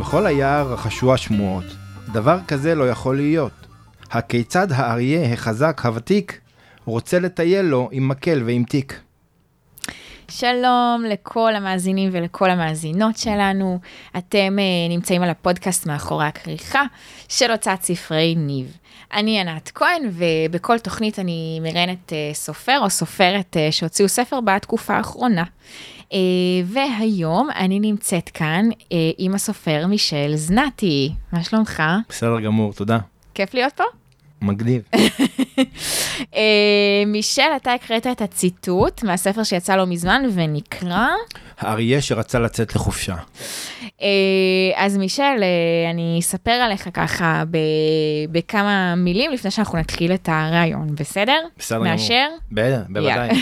בכל היער רחשו השמועות. דבר כזה לא יכול להיות. הכיצד האריה החזק הוותיק רוצה לטייל לו עם מקל ועם תיק. שלום לכל המאזינים ולכל המאזינות שלנו. אתם אה, נמצאים על הפודקאסט מאחורי הכריכה של הוצאת ספרי ניב. אני ענת כהן, ובכל תוכנית אני מראיינת אה, סופר או סופרת אה, שהוציאו ספר בתקופה האחרונה. אה, והיום אני נמצאת כאן אה, עם הסופר מישל זנתי. מה שלומך? בסדר גמור, תודה. כיף להיות פה? מגניב. אה, מישל, אתה הקראת את הציטוט מהספר שיצא לא מזמן ונקרא. האריה שרצה לצאת לחופשה. אה, אז מישל, אה, אני אספר עליך ככה ב- בכמה מילים לפני שאנחנו נתחיל את הרעיון, בסדר? בסדר גמור. מאשר? בסדר, בוודאי.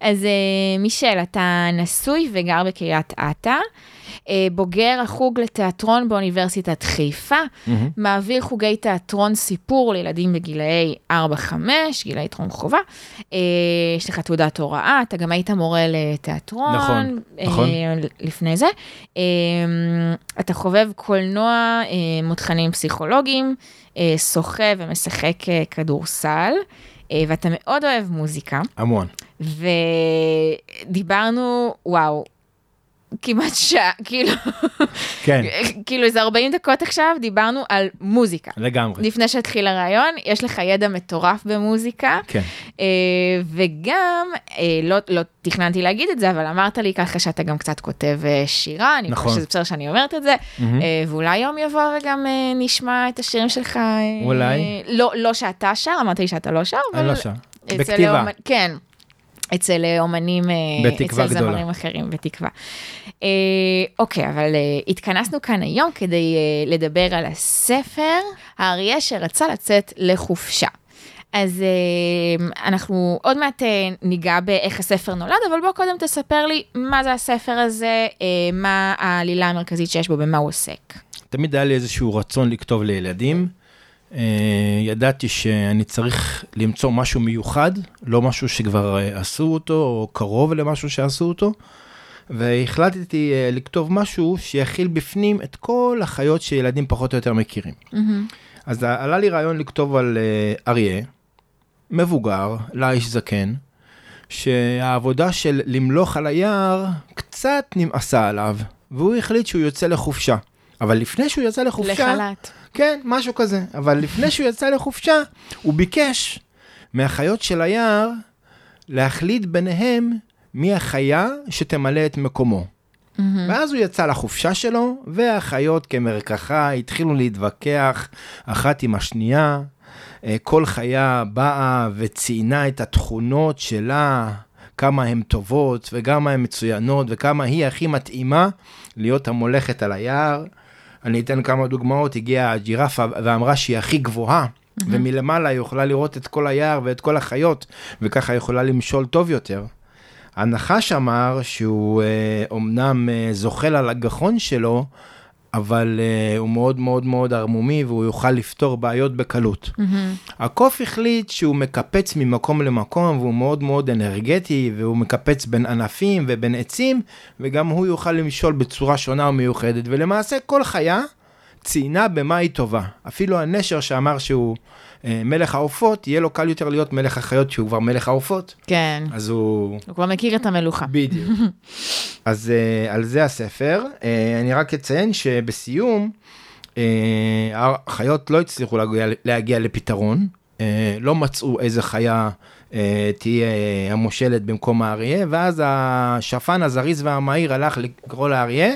אז אה, מישל, אתה נשוי וגר בקריית אתא, אה, בוגר החוג לתיאטרון באוניברסיטת חיפה, מהמם. מעביר חוגי תיאטרון סיפור לילדים בגילאי 4-5, גילאי טרום חובה. אה, יש לך תעודת הוראה, אתה גם היית מורה לתיאטרון. נכון, נכון. אה, לפני זה. אה, אתה חובב קולנוע, אה, מותחנים פסיכולוגיים, אה, שוחה ומשחק אה, כדורסל, אה, ואתה מאוד אוהב מוזיקה. המון. ודיברנו, וואו, כמעט שעה, כאילו, כן, כאילו איזה 40 דקות עכשיו, דיברנו על מוזיקה. לגמרי. לפני שהתחיל הרעיון, יש לך ידע מטורף במוזיקה, כן. אה, וגם, אה, לא, לא תכננתי להגיד את זה, אבל אמרת לי ככה שאתה גם קצת כותב אה, שירה, אני נכון. Mm-hmm. חושבת שזה בסדר שאני אומרת את זה, מהמם. אה, ואולי יום יבוא וגם אה, נשמע את השירים שלך. אה, אולי. לא, לא שאתה שר, אמרת לי שאתה לא שר, אבל... אני לא שם. אצל בכתיבה. האומנ- כן. אצל אה, אומנים, אה, בתקווה אצל גדולה. זמרים אחרים, בתקווה. אה, אוקיי, אבל אה, התכנסנו כאן היום כדי אה, לדבר על הספר, האריה שרצה לצאת לחופשה. אז אה, אנחנו עוד מעט אה, ניגע באיך הספר נולד, אבל בוא קודם תספר לי מה זה הספר הזה, אה, מה העלילה המרכזית שיש בו, במה הוא עוסק. תמיד היה לי איזשהו רצון לכתוב לילדים. אה, ידעתי שאני צריך למצוא משהו מיוחד, לא משהו שכבר אה, עשו אותו, או קרוב למשהו שעשו אותו. והחלטתי אה, לכתוב משהו שיכיל בפנים את כל החיות שילדים פחות או יותר מכירים. אז ה- עלה לי רעיון לכתוב על אה, אריה, מבוגר, לה איש זקן, שהעבודה של למלוך על היער קצת נמאסה עליו, והוא החליט שהוא יוצא לחופשה. אבל לפני שהוא יצא לחופשה, לחל"ת. כן, משהו כזה, אבל לפני שהוא יצא לחופשה, הוא ביקש מהחיות של היער להחליט ביניהם מי החיה שתמלא את מקומו. ואז הוא יצא לחופשה שלו, והחיות כמרקחה התחילו להתווכח אחת עם השנייה. אה, כל חיה באה וציינה את התכונות שלה, כמה הן טובות וכמה הן מצוינות וכמה היא הכי מתאימה להיות המולכת על היער. אני אתן כמה דוגמאות, הגיעה הג'ירפה ואמרה שהיא הכי גבוהה, ומלמעלה היא יכולה לראות את כל היער ואת כל החיות, וככה יכולה למשול טוב יותר. הנחש אמר שהוא אה, אומנם אה, זוחל על הגחון שלו, אבל אה, הוא מאוד מאוד מאוד ערמומי והוא יוכל לפתור בעיות בקלות. מהמם. הקוף החליט שהוא מקפץ ממקום למקום והוא מאוד מאוד אנרגטי והוא מקפץ בין ענפים ובין עצים וגם הוא יוכל למשול בצורה שונה ומיוחדת ולמעשה כל חיה ציינה במה היא טובה. אפילו הנשר שאמר שהוא אה, מלך העופות יהיה לו קל יותר להיות מלך החיות שהוא כבר מלך העופות כן, אז הוא הוא כבר מכיר את המלוכה. בדיוק. אז uh, על זה הספר. Uh, אני רק אציין שבסיום, uh, החיות לא הצליחו להגיע, להגיע לפתרון. Uh, לא מצאו איזה חיה uh, תהיה אה, המושלת במקום האריה, ואז השפן הזריז והמהיר הלך לקרוא לאריה.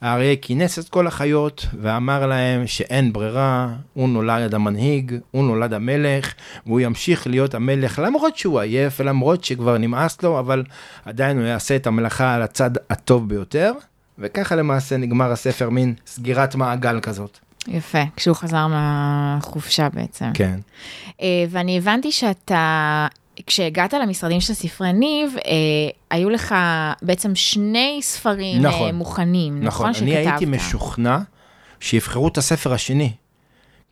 האריה כינס את כל החיות ואמר להם שאין ברירה, הוא נולד המנהיג, הוא נולד המלך, והוא ימשיך להיות המלך למרות שהוא עייף ולמרות שכבר נמאס לו, אבל עדיין הוא יעשה את המלאכה על הצד הטוב ביותר. וככה למעשה נגמר הספר, מין סגירת מעגל כזאת. יפה, כשהוא חזר מהחופשה בעצם. כן. אה, ואני הבנתי שאתה, כשהגעת למשרדים של ספרי ניב, אה, היו לך בעצם שני ספרים נכון. אה, מוכנים, נכון? נכון, אני שכתבת. הייתי משוכנע שיבחרו את הספר השני.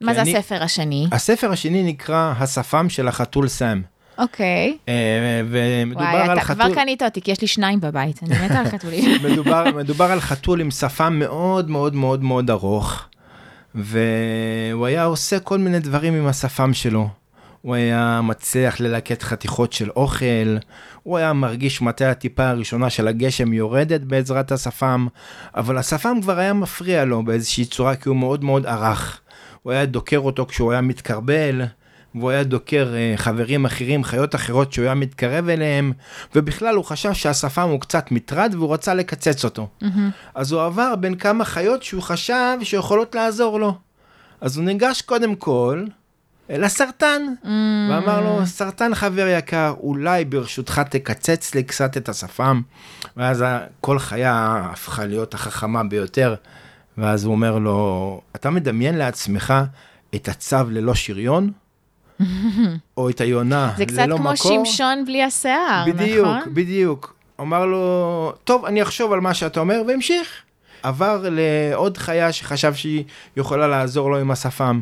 מה כי זה אני- הספר השני? הספר השני נקרא השפם של החתול סם. אוקיי. אה, ומדובר וואי, על אתה חתול... כבר קנית אותי, כי יש לי שניים בבית, אני מתה על חתולים. מדובר, מדובר על חתול עם שפם מאוד מאוד מאוד מאוד ארוך, והוא היה עושה כל מיני דברים עם השפם שלו. הוא היה מצליח ללקט חתיכות של אוכל, הוא היה מרגיש מתי הטיפה הראשונה של הגשם יורדת בעזרת השפם, אבל השפם כבר היה מפריע לו באיזושהי צורה כי הוא מאוד מאוד ארך. הוא היה דוקר אותו כשהוא היה מתקרבל, והוא היה דוקר אה, חברים אחרים, חיות אחרות שהוא היה מתקרב אליהם, ובכלל הוא חשב שהשפם הוא קצת מטרד והוא רצה לקצץ אותו. אז הוא עבר בין כמה חיות שהוא חשב שיכולות לעזור לו. אז הוא ניגש קודם כל אל הסרטן, ואמר Mm. לו, סרטן חבר יקר, אולי ברשותך תקצץ לי קצת את השפם. ואז ה- כל חיה הפכה להיות החכמה ביותר, ואז הוא אומר לו, אתה מדמיין לעצמך את הצב ללא שריון? או את היונה זה ללא מקור? קצת כמו שמשון בלי השיער, נכון? בדיוק, בדיוק. אמר לו, טוב, אני אחשוב על מה שאתה אומר, והמשיך. עבר לעוד חיה שחשב שהיא יכולה לעזור לו עם השפם.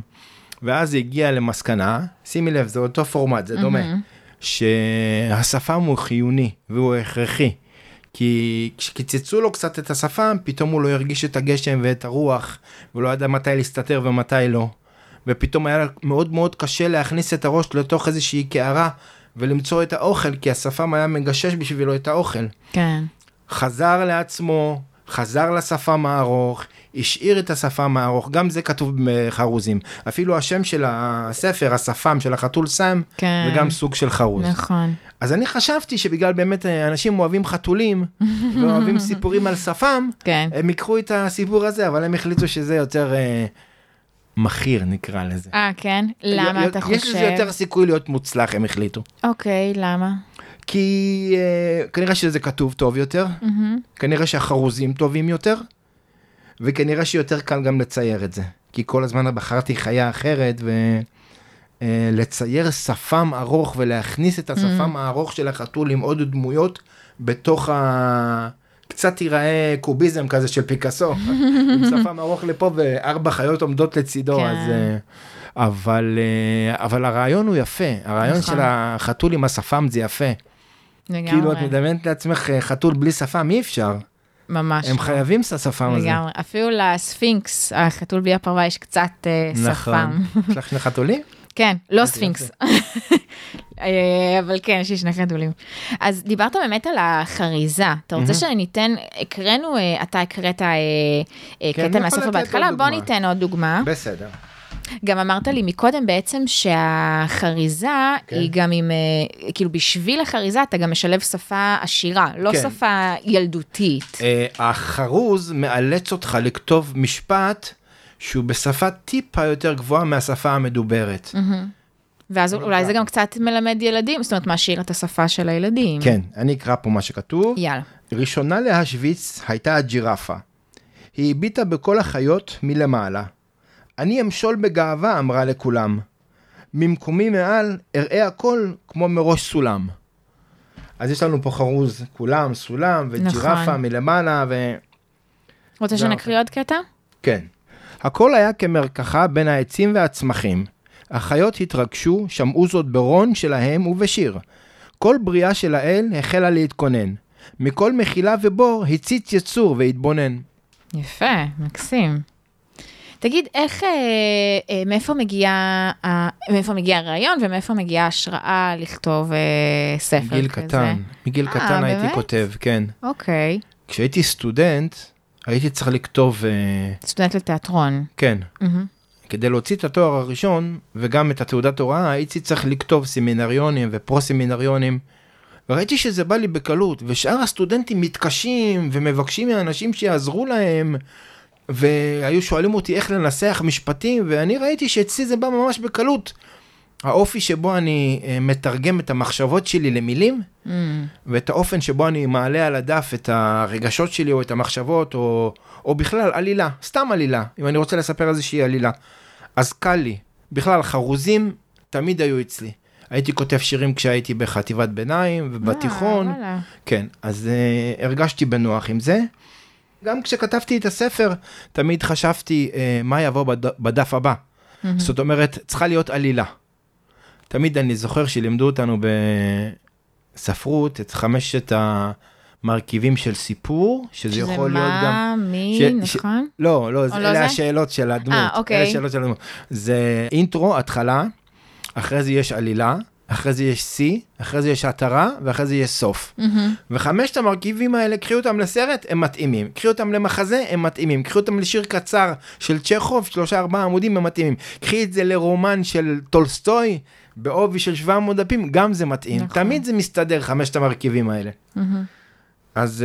ואז הגיע למסקנה, שימי לב, זה אותו פורמט, זה דומה, מהמם. שהשפם הוא חיוני והוא הכרחי. כי כשקיצצו לו קצת את השפם, פתאום הוא לא הרגיש את הגשם ואת הרוח, ולא ידע מתי להסתתר ומתי לא. ופתאום היה מאוד מאוד קשה להכניס את הראש לתוך איזושהי קערה ולמצוא את האוכל, כי השפם היה מגשש בשבילו את האוכל. כן. חזר לעצמו, חזר לשפם הארוך, השאיר את השפם הארוך, גם זה כתוב בחרוזים. אפילו השם של הספר, השפם של החתול סם, כן. זה גם סוג של חרוז. נכון. אז אני חשבתי שבגלל באמת אה, אנשים אוהבים חתולים ואוהבים סיפורים על שפם, כן. הם ייקחו את הסיפור הזה, אבל הם החליטו שזה יותר אה, מכיר נקרא לזה. אה, כן? למה י- אתה יש לזה חושב? יותר סיכוי להיות מוצלח, הם החליטו. אוקיי, למה? כי אה, כנראה שזה כתוב טוב יותר, מהמם. כנראה שהחרוזים טובים יותר, וכנראה שיותר קל גם לצייר את זה. כי כל הזמן בחרתי חיה אחרת, ולצייר שפם ארוך ולהכניס את השפם Mm. הארוך של החתול עם עוד דמויות בתוך ה... קצת ייראה קוביזם כזה של פיקאסו, עם שפם ארוך לפה וארבע חיות עומדות לצידו, כן. אז... אה, אבל, אה, אבל הרעיון הוא יפה, הרעיון נכון. של החתול עם השפם זה יפה. כאילו את לגמרי. מדמיינת לעצמך אה, חתול בלי שפם, אי אפשר. ממש. הם חייבים את השפם הזה. לגמרי. אפילו לספינקס, החתול בלי הפרווה, יש קצת אה, נכון. שפם. יש לך שני חתולים? כן, לא ספינקס. אה, אבל כן, יש לי שני חתולים. אז דיברת באמת על החריזה. אתה רוצה שניתן, הקראנו, אה, אתה הקראת אה, אה, כן, אני קטע יכול לתת מהספר עוד בהתחלה, בוא דוגמה. ניתן עוד דוגמה. בסדר. גם אמרת לי מקודם בעצם שהחריזה כן. היא גם עם, אה, כאילו בשביל החריזה אתה גם משלב שפה עשירה, לא כן. שפה ילדותית. אה, החרוז מאלץ אותך לכתוב משפט שהוא בשפה טיפה יותר גבוהה מהשפה המדוברת. ואז לא אולי זה ככה. גם קצת מלמד ילדים, זאת אומרת מעשיר את השפה של הילדים. כן, אני אקרא פה מה שכתוב. יאללה. ראשונה להשוויץ הייתה הג'ירפה. היא הביטה בכל החיות מלמעלה. אני אמשול בגאווה, אמרה לכולם. ממקומי מעל אראה הכל כמו מראש סולם. אז יש לנו פה חרוז, כולם, סולם, וג'ירפה נכון. מלמעלה, ו... רוצה זה אוקיי. שנקריא עוד קטע? כן. הכל היה כמרקחה בין העצים והצמחים. החיות התרגשו, שמעו זאת ברון שלהם ובשיר. כל בריאה של האל החלה להתכונן. מכל מחילה ובור הציץ יצור והתבונן. יפה, מקסים. תגיד, איך, אה, אה, מאיפה מגיע, ה- מאיפה מגיע הרעיון ומאיפה מגיעה ההשראה לכתוב אה, ספר כזה? מגיל קטן, מגיל אה, קטן הייתי באמת? כותב, כן. אוקיי, כשהייתי סטודנט, הייתי צריך לכתוב, אה, סטודנט לתיאטרון. כן, מהמם. כדי להוציא את התואר הראשון וגם את התעודת הוראה, הייתי צריך לכתוב סמינריונים ופרו-סמינריונים. וראיתי שזה בא לי בקלות, ושאר הסטודנטים מתקשים ומבקשים מהאנשים שיעזרו להם, והיו שואלים אותי איך לנסח משפטים, ואני ראיתי שאצלי זה בא ממש בקלות. האופי שבו אני אה, מתרגם את המחשבות שלי למילים, מ, ואת האופן שבו אני מעלה על הדף את הרגשות שלי או את המחשבות או, או בכלל עלילה, סתם עלילה, אם אני רוצה לספר איזושהי עלילה. אז קל לי. בכלל, חרוזים תמיד היו אצלי. הייתי כותב שירים כשהייתי בחטיבת ביניים ובתיכון. אה, וואלה. כן, אז uh, הרגשתי בנוח עם זה. גם כשכתבתי את הספר, תמיד אה, חשבתי uh, מה יבוא בד... בדף הבא. זאת אומרת, צריכה להיות עלילה. תמיד אני זוכר שלימדו אותנו בספרות את חמשת המרכיבים של סיפור, שזה, שזה יכול להיות גם... מה, מי, ש- ש- נכון? לא, לא, זה- לא אלה זה? השאלות של הדמות. אה, אוקיי. אלה השאלות של הדמות. זה אינטרו, התחלה, אחרי זה יש עלילה, אחרי זה יש שיא, אחרי זה יש עטרה, ואחרי זה יש סוף. מהמם. וחמשת המרכיבים האלה, קחי אותם לסרט, הם מתאימים. קחי אותם למחזה, הם מתאימים. קחי אותם לשיר קצר של צ'כוב, שלושה ארבעה עמודים, הם מתאימים. קחי את זה לרומן של טולסטוי, בעובי של 700 דפים, גם זה מתאים. נכון. תמיד זה מסתדר, חמשת המרכיבים האלה. מהמם. אז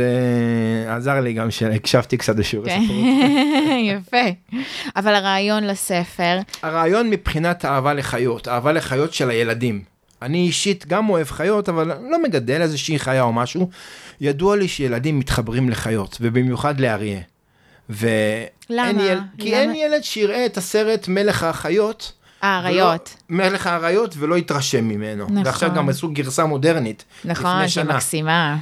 אה, עזר לי גם שהקשבתי קצת לשיעורי כן. ספרות. יפה. אבל הרעיון לספר, הרעיון מבחינת אהבה לחיות, אהבה לחיות של הילדים. אני אישית גם אוהב חיות, אבל לא מגדל איזושהי חיה או משהו. ידוע לי שילדים מתחברים לחיות, ובמיוחד לאריה. ו... למה? אין יל... כי למה? אה, אין לא- ילד שיראה את הסרט מלך האחיות. האריות, ולא... מלך האריות ולא יתרשם ממנו. נכון. ועכשיו גם עשו גרסה מודרנית. נכון, לפני שהיא שנה. מקסימה.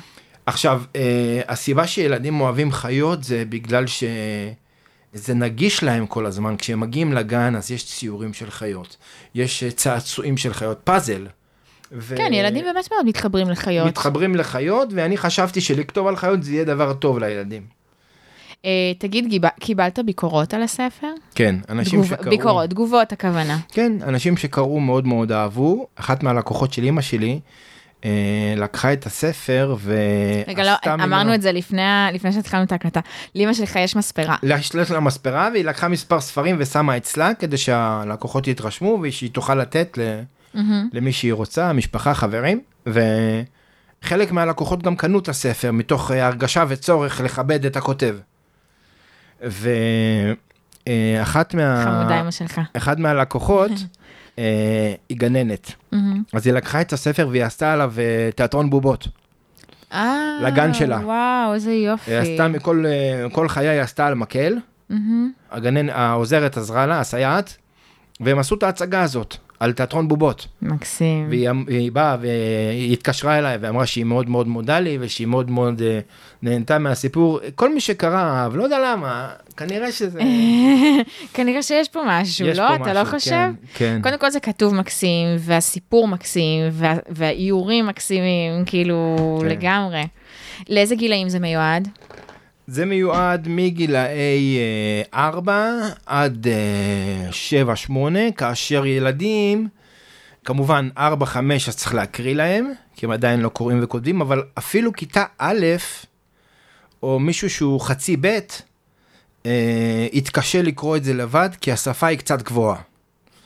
עכשיו, אה, הסיבה שילדים אוהבים חיות זה בגלל שזה נגיש להם כל הזמן. כשהם מגיעים לגן, אז יש ציורים של חיות, יש אה, צעצועים של חיות, פאזל. ו... כן, ילדים באמת מאוד מתחברים לחיות. מתחברים לחיות, ואני חשבתי שלכתוב על חיות זה יהיה דבר טוב לילדים. אה, תגיד, גיב- קיבלת ביקורות על הספר? כן, אנשים תגוב- שקראו... ביקורות, תגובות הכוונה. כן, אנשים שקראו מאוד מאוד אהבו. אחת מהלקוחות של אימא שלי אה, לקחה את הספר ועשתה רגע, לא, אמרנו את זה לפני ה- לפני שהתחלנו את ההקלטה. לאמא שלך יש מספרה. להשתלט למספרה והיא לקחה מספר ספרים ושמה אצלה כדי שהלקוחות יתרשמו ושהיא תוכל לתת ל- מהמם. למי שהיא רוצה, משפחה, חברים. וחלק מהלקוחות גם קנו את הספר מתוך אה, הרגשה וצורך לכבד את הכותב. ואחת חמודה אה, מה... אמא שלך. אחד מהלקוחות אה, היא גננת. מהמם. אז היא לקחה את הספר והיא עשתה עליו אה, תיאטרון בובות. אה, לגן שלה. וואו, איזה יופי. היא עשתה מכל אה, כל חיי היא עשתה על מקל. מהמם. הגנן, העוזרת עזרה לה, הסייעת, והם עשו את ההצגה הזאת על תיאטרון בובות. מקסים. והיא אמ- והיא באה והיא התקשרה אליי ואמרה שהיא מאוד מאוד מודה לי ושהיא מאוד מאוד אה, נהנתה מהסיפור. כל מי שקרא אהב, לא יודע למה, כנראה שזה... כנראה שיש פה משהו, יש אה, לא? פה אתה לא משהו, חושב? כן. כן. קודם כל זה כתוב מקסים, והסיפור מקסים, וה- והאיורים מקסימים, כאילו, כן. לגמרי. לאיזה גילאים זה מיועד? זה מיועד מגילאי 4 עד 7-8, כאשר ילדים, כמובן 4-5 אז צריך להקריא להם, כי הם עדיין לא קוראים וכותבים, אבל אפילו כיתה א', או מישהו שהוא חצי ב', אה, יתקשה לקרוא את זה לבד, כי השפה היא קצת גבוהה.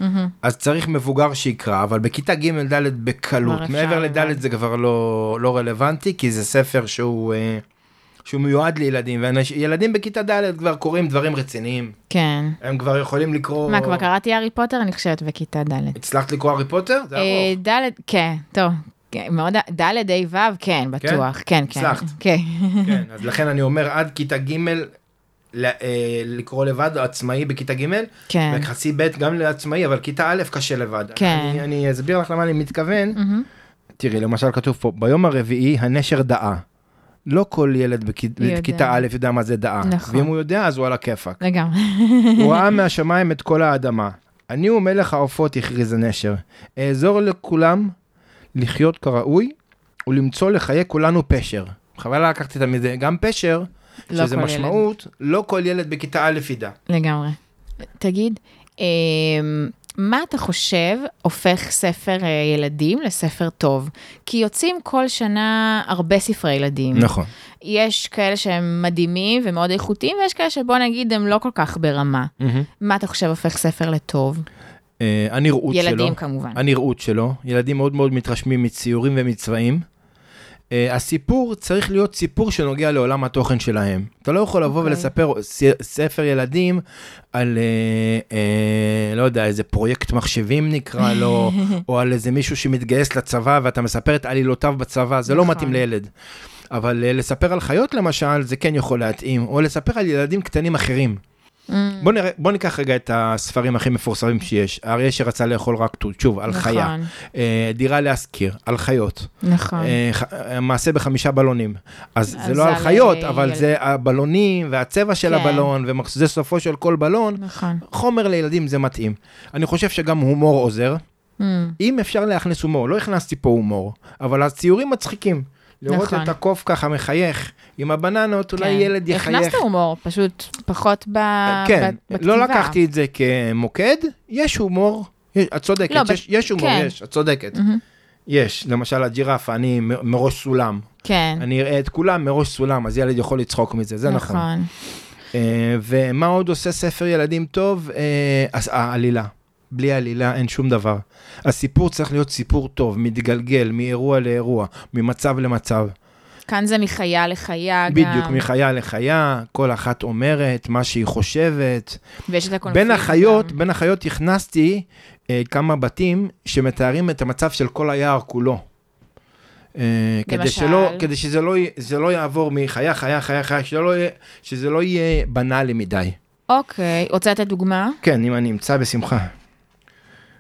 מהמם. אז צריך מבוגר שיקרא, אבל בכיתה ג' ד' בקלות. כבר אפשר מעבר לבד. לד' זה כבר לא, לא רלוונטי, כי זה ספר שהוא, אה, שהוא מיועד לילדים, וילדים בכיתה ד' כבר קוראים דברים רציניים. כן. הם כבר יכולים לקרוא... מה, כבר קראתי הארי פוטר? אני חושבת בכיתה ד'. הצלחת לקרוא הארי פוטר? זה אה, ארוך. ד', כן, טוב. כן, מאוד, ד', ה', ו', כן, בטוח. כן, כן. הצלחת. כן. כן, אז לכן אני אומר עד כיתה ג' ל- אה, לקרוא לבד, או עצמאי בכיתה ג', כן. וחצי ב' גם לעצמאי, אבל כיתה א' קשה לבד. כן. אני, אני אסביר לך למה אני מתכוון. מהמם. תראי, למשל כתוב פה, ביום הרביעי הנשר דעה. לא כל ילד בכ- יודע. בכיתה א' יודע מה זה דעה. נכון. ואם הוא יודע, אז הוא על הכיפאק. לגמרי. הוא ראה מהשמיים את כל האדמה. אני הוא מלך העופות, הכריז הנשר. אעזור לכולם לחיות כראוי ולמצוא לחיי כולנו פשר. חבל לקחתי תמיד זה, גם פשר, לא שזה כל משמעות, לא כל ילד בכיתה א' ידע. לגמרי. תגיד, אמ, מה אתה חושב הופך ספר אה, ילדים לספר טוב? כי יוצאים כל שנה הרבה ספרי ילדים. נכון. יש כאלה שהם מדהימים ומאוד איכותיים, ויש כאלה שבוא נגיד הם לא כל כך ברמה. מה אתה חושב הופך ספר לטוב? אה, הנראות ילדים כמובן. הנראות שלו, ילדים מאוד מאוד מתרשמים מציורים ומצבעים. Uh, הסיפור צריך להיות סיפור שנוגע לעולם התוכן שלהם. אתה לא יכול לבוא okay. אוקיי. ולספר ס- ספר ילדים על, uh, uh, לא יודע, איזה פרויקט מחשבים נקרא לו, או על איזה מישהו שמתגייס לצבא ואתה מספר את עלילותיו בצבא, זה לא נכון. מתאים לילד. אבל uh, לספר על חיות למשל, זה כן יכול להתאים, או לספר על ילדים קטנים אחרים. Mm, בוא, נראה, בוא ניקח רגע את הספרים הכי מפורסמים שיש. האריה שרצה לאכול רק תות, שוב, על חיה. נכון, אה, דירה להשכיר, על חיות. נכון. אה, ח- אה, מעשה בחמישה בלונים. אז אז זה לא על על, חיות, אה, אבל ילד. זה הבלונים והצבע של כן. הבלון, וזה סופו של כל בלון. נכון. חומר לילדים זה מתאים. אני חושב שגם הומור עוזר. Mm. אם אפשר להכניס הומור, לא הכנסתי פה הומור, אבל הציורים מצחיקים. לראות נכון. את הקוף ככה מחייך עם הבננות, אולי כן. ילד יחייך. הכנסת הומור, פשוט פחות ב... כן, ב- בכתיבה. לא לקחתי את זה כמוקד, יש הומור, יש- את צודקת, לא, ב- יש- יש הומור, כן. יש, את צודקת. מהמם. יש, למשל הג'ירפה, אני מ- מראש סולם. כן, אני אראה את כולם מראש סולם, אז ילד יכול לצחוק מזה, זה נכון. נכון. אה, ומה עוד עושה ספר ילדים טוב? אה, אז העלילה. בלי עלילה אין שום דבר. הסיפור צריך להיות סיפור טוב, מתגלגל, מאירוע לאירוע, ממצב למצב. כאן זה מחיה לחיה גם. בדיוק, מחיה לחיה, כל אחת אומרת מה שהיא חושבת. ויש את הקונפליקט. בין החיות, גם. בין החיות הכנסתי אה, כמה בתים שמתארים את המצב של כל היער כולו. אה, כדי, למשל? שלא, כדי שזה לא, יהיה- זה לא יעבור מחיה, חיה, חיה, חיה, שזה לא יהיה, שזה לא יהיה בנאלי מדי. אוקיי, רוצה לתת דוגמה? כן, אם אני אמצא, בשמחה.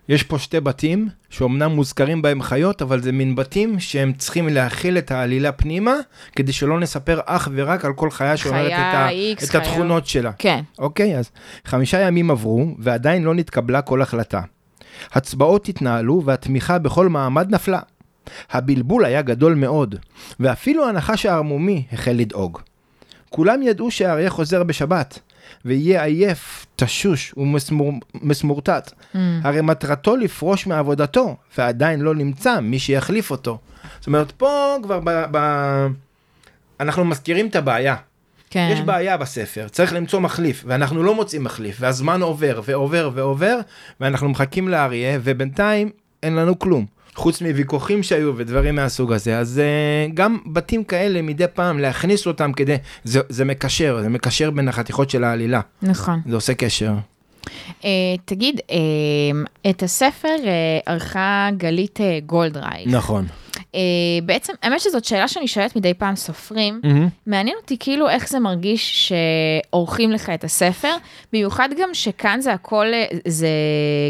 יש פה שתי בתים, שאומנם מוזכרים בהם חיות, אבל זה מין בתים שהם צריכים להכיל את העלילה פנימה, כדי שלא נספר אך ורק על כל חיה שאומרת את, ה, חיה איקס, את חיה- התכונות שלה. כן. אוקיי, אז חמישה ימים עברו, ועדיין לא נתקבלה כל החלטה. הצבעות התנהלו, והתמיכה בכל מעמד נפלה. הבלבול היה גדול מאוד, ואפילו הנחש הערמומי החל לדאוג. כולם ידעו שהאריה חוזר בשבת, ויהיה עייף, תשוש ומסמורטט. Mm. הרי מטרתו לפרוש מעבודתו, ועדיין לא נמצא מי שיחליף אותו. זאת אומרת, פה כבר ב... ב... אנחנו מזכירים את הבעיה. כן. יש בעיה בספר, צריך למצוא מחליף, ואנחנו לא מוצאים מחליף, והזמן עובר ועובר ועובר, ואנחנו מחכים לאריה, ובינתיים אין לנו כלום. חוץ מוויכוחים שהיו ודברים מהסוג הזה, אז אה, גם בתים כאלה מדי פעם להכניס אותם כדי, זה, זה מקשר, זה מקשר בין החתיכות של העלילה, נכון. זה עושה קשר. אה, תגיד, אה, את הספר אה, ערכה גלית אה, גולדרייך. נכון. אה, בעצם, האמת שזאת שאלה שאני שואלת מדי פעם סופרים. מעניין אותי כאילו איך זה מרגיש שעורכים לך את הספר, במיוחד גם שכאן זה הכל, אה, זה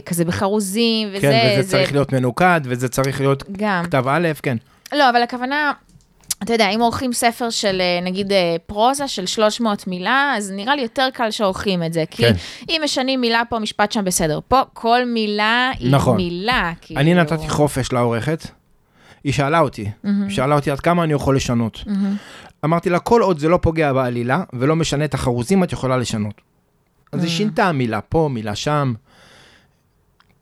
כזה בחרוזים, וזה, כן, וזה צריך להיות מנוקד, וזה צריך להיות גם. כתב א', כן. לא, אבל הכוונה, אתה יודע, אם עורכים ספר של אה, נגיד אה, פרוזה של 300 מילה, אז נראה לי יותר קל שעורכים את זה. כי כן. אם משנים מילה פה, משפט שם בסדר. פה כל מילה היא נכון. מילה. כאילו. אני נתתי חופש לעורכת, היא שאלה אותי, היא שאלה אותי עד כמה אני יכול לשנות. אמרתי לה, כל עוד זה לא פוגע בעלילה ולא משנה את החרוזים, את יכולה לשנות. אז היא שינתה מילה פה, מילה שם.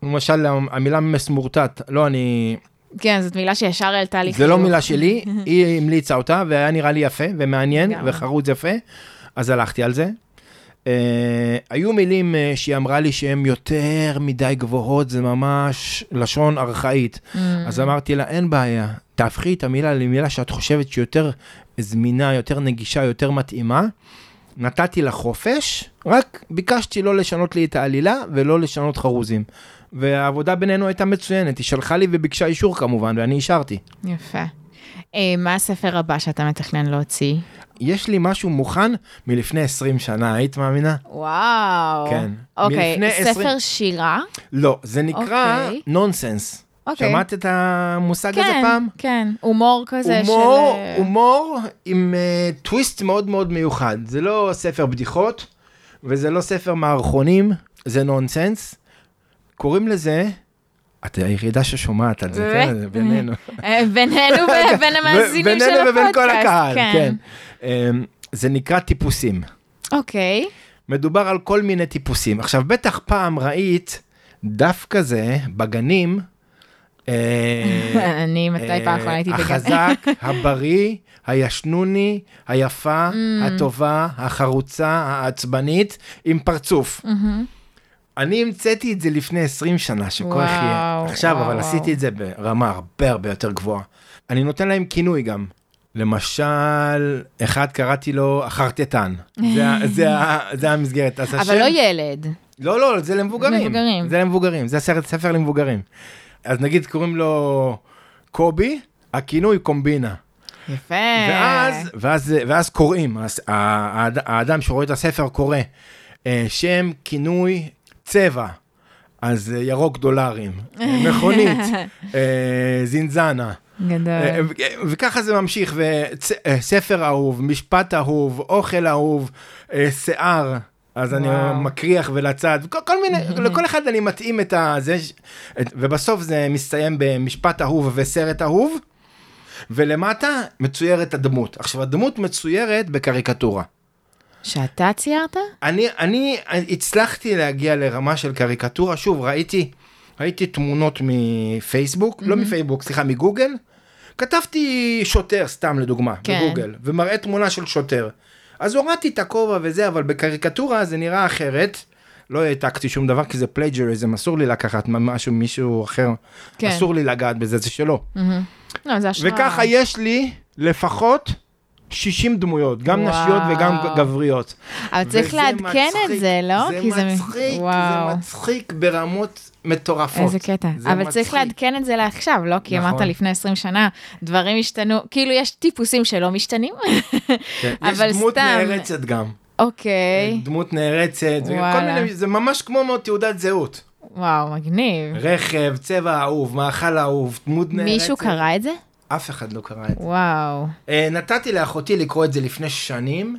למשל, המילה מסמורטט, לא, אני... כן, זאת מילה שישר העלתה לי זה לא חיוך. מילה שלי, היא המליצה אותה, והיה נראה לי יפה ומעניין גם. וחרוץ יפה, אז הלכתי על זה. אה, היו מילים אה, שהיא אמרה לי שהן יותר מדי גבוהות, זה ממש לשון ארכאית. אז אמרתי לה, אין בעיה, תהפכי את המילה למילה שאת חושבת שיותר זמינה, יותר נגישה, יותר מתאימה. נתתי לה חופש, רק ביקשתי לא לשנות לי את העלילה ולא לשנות חרוזים. והעבודה בינינו הייתה מצוינת, היא שלחה לי וביקשה אישור כמובן, ואני אישרתי. יפה. אה, מה הספר הבא שאתה מתכנן להוציא? יש לי משהו מוכן מלפני 20 שנה, היית מאמינה? וואו. כן. אוקיי, מלפני ספר 20 שירה? לא, זה נקרא אוקיי. נונסנס. אוקיי. שמעת את המושג הזה כן, פעם? כן. הומור כזה הומור, של... אה, הומור עם אה, טוויסט מאוד מאוד מיוחד. זה לא ספר בדיחות, וזה לא ספר מערכונים, זה נונסנס. קוראים לזה, את היחידה ששומעת על זה, באמת? כן, זה בינינו. אה, בינינו ובין המאזינים של הפודקאסט. בינינו ובין כל הקהל, כן. אה, זה נקרא טיפוסים. אוקיי. מדובר על כל מיני טיפוסים. עכשיו, בטח פעם ראית דף כזה בגנים. אה, אני מתי פעם אחרונה הייתי בגן. אה, החזק, הבריא, הישנוני, היפה, Mm. הטובה, החרוצה, העצבנית, עם פרצוף. Mm-hmm. אני המצאתי את זה לפני 20 שנה, שכוח יהיה. וואו, עכשיו, וואו, אבל וואו. עשיתי את זה ברמה הרבה הרבה יותר גבוהה. אני נותן להם כינוי גם. למשל, אחד קראתי לו החרטטן. זה ה- זה ה- זה המסגרת. אז השם- אבל לא ילד. לא, לא, זה למבוגרים. למבוגרים. זה למבוגרים, זה סרט ספר למבוגרים. אז נגיד קוראים לו קובי, הכינוי קומבינה. יפה. ואז, ואז, ואז קוראים, אז ה- האד- האדם שרואה את הספר קורא, אה, שם, כינוי, צבע, אז אה, ירוק דולרים, אה, מכונית, אה, זינזנה. אה, גדול. ו- אה, וככה זה ממשיך, וספר אהוב, משפט אהוב, אוכל אהוב, אה, שיער, אז אני וואו. מקריח ולצד, כל, כל מיני, לכל אחד אני מתאים את הזה, ש- את- ובסוף זה מסתיים במשפט אהוב וסרט אהוב, ולמטה מצוירת הדמות. עכשיו, הדמות מצוירת בקריקטורה. שאתה ציירת? אני, אני הצלחתי להגיע לרמה של קריקטורה, שוב, ראיתי, ראיתי תמונות מפייסבוק, לא מפייסבוק, סליחה, מגוגל. כתבתי שוטר, סתם לדוגמה, כן. בגוגל, ומראה תמונה של שוטר. אז הורדתי את הכובע וזה, אבל בקריקטורה זה נראה אחרת. לא העתקתי שום דבר, כי זה פלייג'ריזם, אסור לי לקחת משהו ממישהו אחר. כן. אסור לי לגעת בזה, זה שלו. לא, זה השראה. וככה יש לי לפחות 60 דמויות, גם וואו. נשיות וגם גבריות. אבל צריך וזה לעדכן מצחיק, את זה, לא? כי זה מצחיק, וואו. זה מצחיק ברמות מטורפות. איזה קטע. זה אבל צריך מצחיק. לעדכן את זה לעכשיו, לא? כי נכון. אמרת לפני 20 שנה, דברים השתנו, כאילו יש טיפוסים שלא משתנים. כן. אבל יש דמות סתם. נערצת גם. כן, אוקיי, דמות נערצת, וכל וואלה. מיני, זה ממש כמו מאוד תעודת זהות. וואו, מגניב. רכב, צבע אהוב, מאכל אהוב, דמות נערצת. מישהו קרא את זה? אף אחד לא קרא את זה. וואו. אה, נתתי לאחותי לקרוא את זה לפני שנים,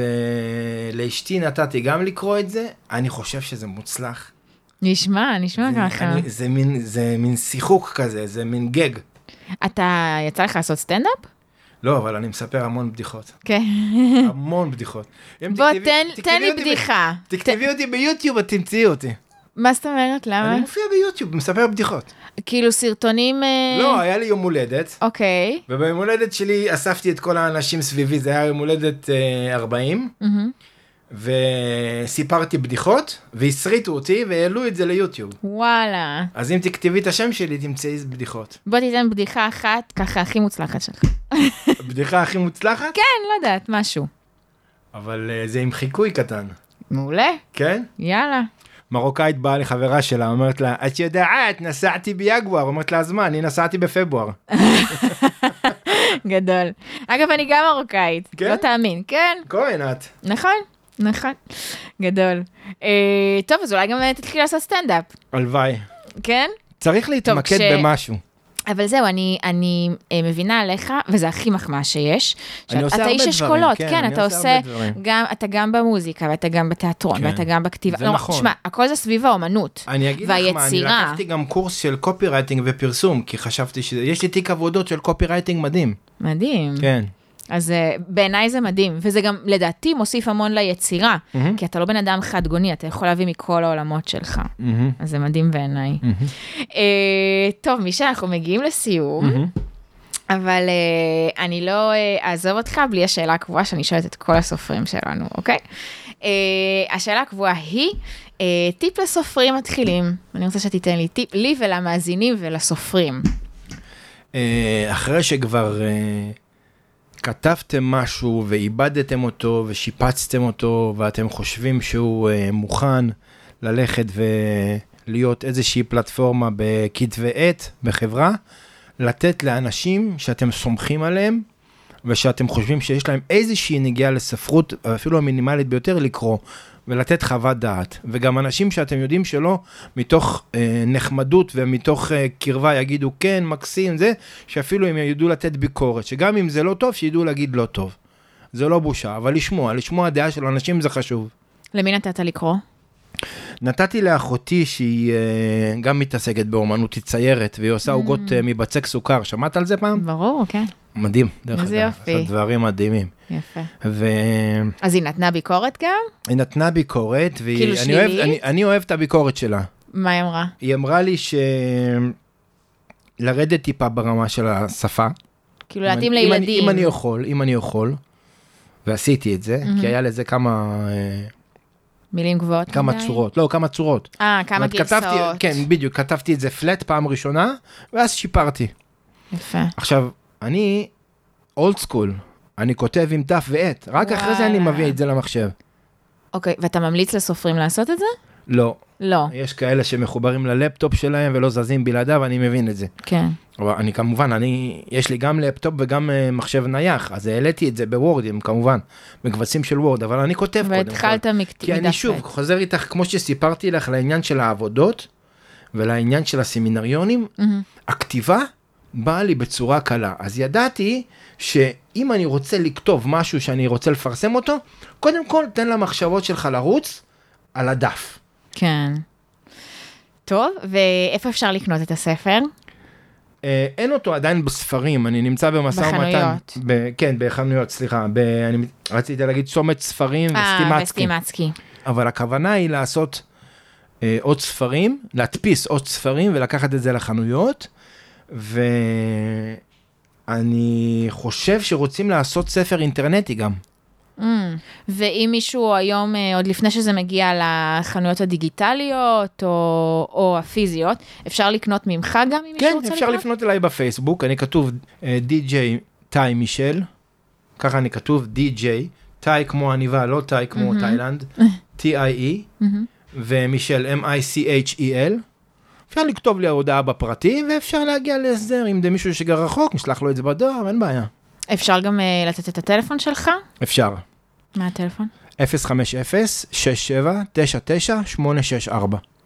ולאשתי נתתי גם לקרוא את זה. אני חושב שזה מוצלח. נשמע, נשמע זה- לא ככה. אני- זה מין- זה מין שיחוק כזה, זה מין גג. אתה, יצא לך לעשות סטנדאפ? לא, אבל אני מספר המון בדיחות. כן. המון בדיחות. אם בוא, תכתבי- תן- תכתבי תן לי אותי ב- בדיחה. תכתבי אותי ביוטיוב, את תמצאי אותי. מה זאת אומרת? למה? אני מופיע ביוטיוב, מספר בדיחות. כאילו סרטונים... אה, לא, היה לי יום הולדת, אוקיי. וביום הולדת שלי אספתי את כל האנשים סביבי, זה היה יום הולדת אה, 40, מהמם. וסיפרתי בדיחות, והסריטו אותי, והעלו את זה ליוטיוב. וואלה. אז אם תכתבי את השם שלי, תמצאי בדיחות. בוא תיתן בדיחה אחת, ככה הכי מוצלחת שלך. הבדיחה הכי מוצלחת, כן, לא יודעת, משהו. אבל אה, זה עם חיקוי קטן, מעולה, כן? יאללה. מרוקאית באה לחברה שלה, אומרת לה, את יודעת, נסעתי ביגואר, אומרת לה, אז מה, אני נסעתי בפברואר. גדול. אגב, אני גם מרוקאית. כן? לא תאמין. כן, כהן את. נכון, נכון. גדול. אה, טוב, אז אולי גם אה, תתחיל לעשות סטנדאפ, הלוואי. כן? צריך להתמקד כש- במשהו. אבל זהו, אני, אני אה, מבינה עליך, וזה הכי מחמאה שיש. אני עושה אתה הרבה איש דברים, אשכולות, כן, כן, אני אתה עושה עושה, הרבה דברים. גם, אתה גם במוזיקה, ואתה גם בתיאטרון, כן. ואתה גם בכתיבה. זה לא, נכון. שמע, הכל זה סביב האומנות. אני אגיד לך מה, אני והיצירה. לקחתי גם קורס של קופי רייטינג ופרסום, כי חשבתי שזה, יש לי תיק עבודות של קופי רייטינג מדהים. מדהים. כן. אז אה, בעיניי זה מדהים, וזה גם לדעתי מוסיף המון ליצירה, מהמם. כי אתה לא בן אדם חד גוני, אתה יכול להביא מכל העולמות שלך. אז זה מדהים בעיניי. אה, טוב, מישה, אנחנו מגיעים לסיום, אבל אה, אני לא אה, אעזוב אותך בלי השאלה הקבועה שאני שואלת את כל הסופרים שלנו, אוקיי? אה, השאלה הקבועה היא, אה, טיפ לסופרים מתחילים. אני רוצה שתיתן לי טיפ, לי ולמאזינים ולסופרים. אה, אחרי שכבר אה, כתבתם משהו ואיבדתם אותו ושיפצתם אותו ואתם חושבים שהוא אה, מוכן ללכת ולהיות איזושהי פלטפורמה בכתבי עת בחברה, לתת לאנשים שאתם סומכים עליהם ושאתם חושבים שיש להם איזושהי נגיעה לספרות, אפילו המינימלית ביותר, לקרוא ולתת חוות דעת. וגם אנשים שאתם יודעים שלא, מתוך אה, נחמדות ומתוך אה, קרבה יגידו כן, מקסים, זה, שאפילו הם ידעו לתת ביקורת, שגם אם זה לא טוב, שידעו להגיד לא טוב. זה לא בושה, אבל לשמוע, לשמוע דעה של אנשים זה חשוב. למי נתת לקרוא? נתתי לאחותי שהיא אה, גם מתעסקת באומנות, היא ציירת, והיא Mm. עושה עוגות אה, מבצק סוכר, שמעת על זה פעם? ברור, כן, מדהים, דרך איזה אגב, יופי. עושה דברים מדהימים. יפה. והיא אז היא נתנה ביקורת גם? נתנה ביקורת, והיא, כאילו אני, אוהב, שלילית? אני, אני אוהב את הביקורת שלה. מה היא אמרה? היא אמרה לי ש... לרדת טיפה ברמה של השפה. כאילו להתאים אם אני- אם אני- לילדים. אם אני יכול, אם אני יכול, ועשיתי את זה, כי היה לזה כמה אה, מילים גבוהות כמה מדי? צורות, לא, כמה צורות. אה, כמה זאת אומרת, כתבתי- גרסאות. כן, בדיוק, כתבתי את זה פלט פעם ראשונה, ואז שיפרתי. יפה. עכשיו, אני אולד סקול, אני כותב עם דף ועט, רק אחרי זה אני וואלה. מביא את זה למחשב. אוקיי, ואתה ממליץ לסופרים לעשות את זה? לא, לא. יש כאלה שמחוברים ללפטופ שלהם ולא זזים בלעדיו, אני מבין את זה. כן. אבל אני כמובן, אני, יש לי גם לפטופ וגם אה, מחשב נייח, אז העליתי את זה בוורדים כמובן, בקבצים של וורד, אבל אני כותב קודם כל. והתחלת מק- כי אני מדף שוב ב'. חוזר איתך, כמו שסיפרתי לך, לעניין של העבודות ולעניין של הסמינריונים, מהמם. הכתיבה באה לי בצורה קלה. אז ידעתי ש... אם אני רוצה לכתוב משהו שאני רוצה לפרסם אותו, קודם כל תן למחשבות שלך לרוץ על הדף. כן. טוב, ואיפה אפשר לקנות את הספר? אה, אין אותו עדיין בספרים, אני נמצא במשא ומתן. בחנויות. ב, כן, בחנויות, סליחה. ב, אני רציתי להגיד צומת ספרים אה, וסטימצקי. וסטימצקי. אבל הכוונה היא לעשות אה, עוד ספרים, להדפיס עוד ספרים ולקחת את זה לחנויות. ואני חושב שרוצים לעשות ספר אינטרנטי גם. Mm. ואם מישהו היום, אה, עוד לפני שזה מגיע לחנויות הדיגיטליות או, או הפיזיות, אפשר לקנות ממך גם אם כן, מישהו רוצה אפשר לקנות? לפנות אליי בפייסבוק, אני כתוב די.ג'יי טאי מישל, ככה אני כתוב די.ג'יי, טאי כמו עניבה, לא טאי כמו מהמם. תאילנד, T-I-E, מהמם. ומישל M-I-C-H-E-L. E אפשר לכתוב לי הודעה בפרטי, ואפשר להגיע להסדר, אם זה מישהו שגר רחוק, נשלח לו את זה בדואר, אין בעיה. אפשר גם אה, לתת את הטלפון שלך? אפשר. מה הטלפון? 050-67-99-864.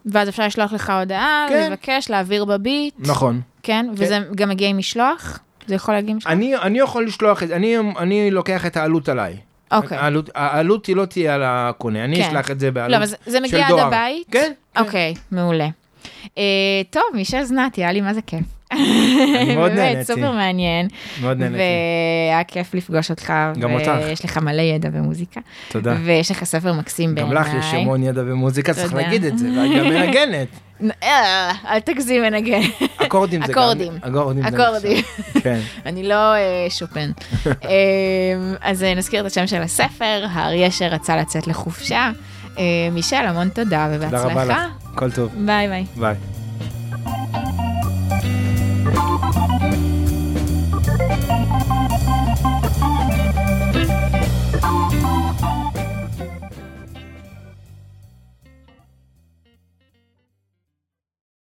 ואז אפשר לשלוח לך הודעה, כן. לבקש, להעביר בביט. נכון. כן, וזה גם מגיע עם משלוח? זה יכול להגיע עם משלוח? אני, אני יכול לשלוח את זה, אני, אני לוקח את העלות עליי. אוקיי. העלות, העלות היא לא תהיה על הקונה, אני כן. אשלח את זה בעלות לא, אבל זה- זה אה, של מגיע עד דואר. הבית? כן, אוקיי, מעולה. אה, טוב, מישל זנתי, היה לי מה זה כיף. אני מאוד באמת, נהניתי. סופר מעניין. מאוד נהניתי, והיה כיף לפגוש אותך. גם אותך. ויש לך מלא ידע במוזיקה. תודה. ויש לך ספר גם מקסים בעיניי. לך יש המון ידע במוזיקה, צריך תודה. להגיד את זה, ואת גם מנגנת. אה, אל תגזים מנגן. אקורדים זה גם... אקורדים. אקורדים. זה אקורדים. נחשב. כן. אני לא אה, שופן. אה, אז אה, נזכיר את השם של הספר, האריה שרצה לצאת לחופשה. אה, מישל, המון תודה תודה רבה ובהצלחה. לך. כל טוב. ביי ביי. ביי.